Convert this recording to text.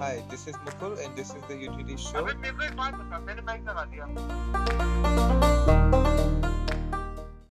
Hi, this is Mukul and this is the UTD show. Abi müzik var mı sen? Benim ben de var ya.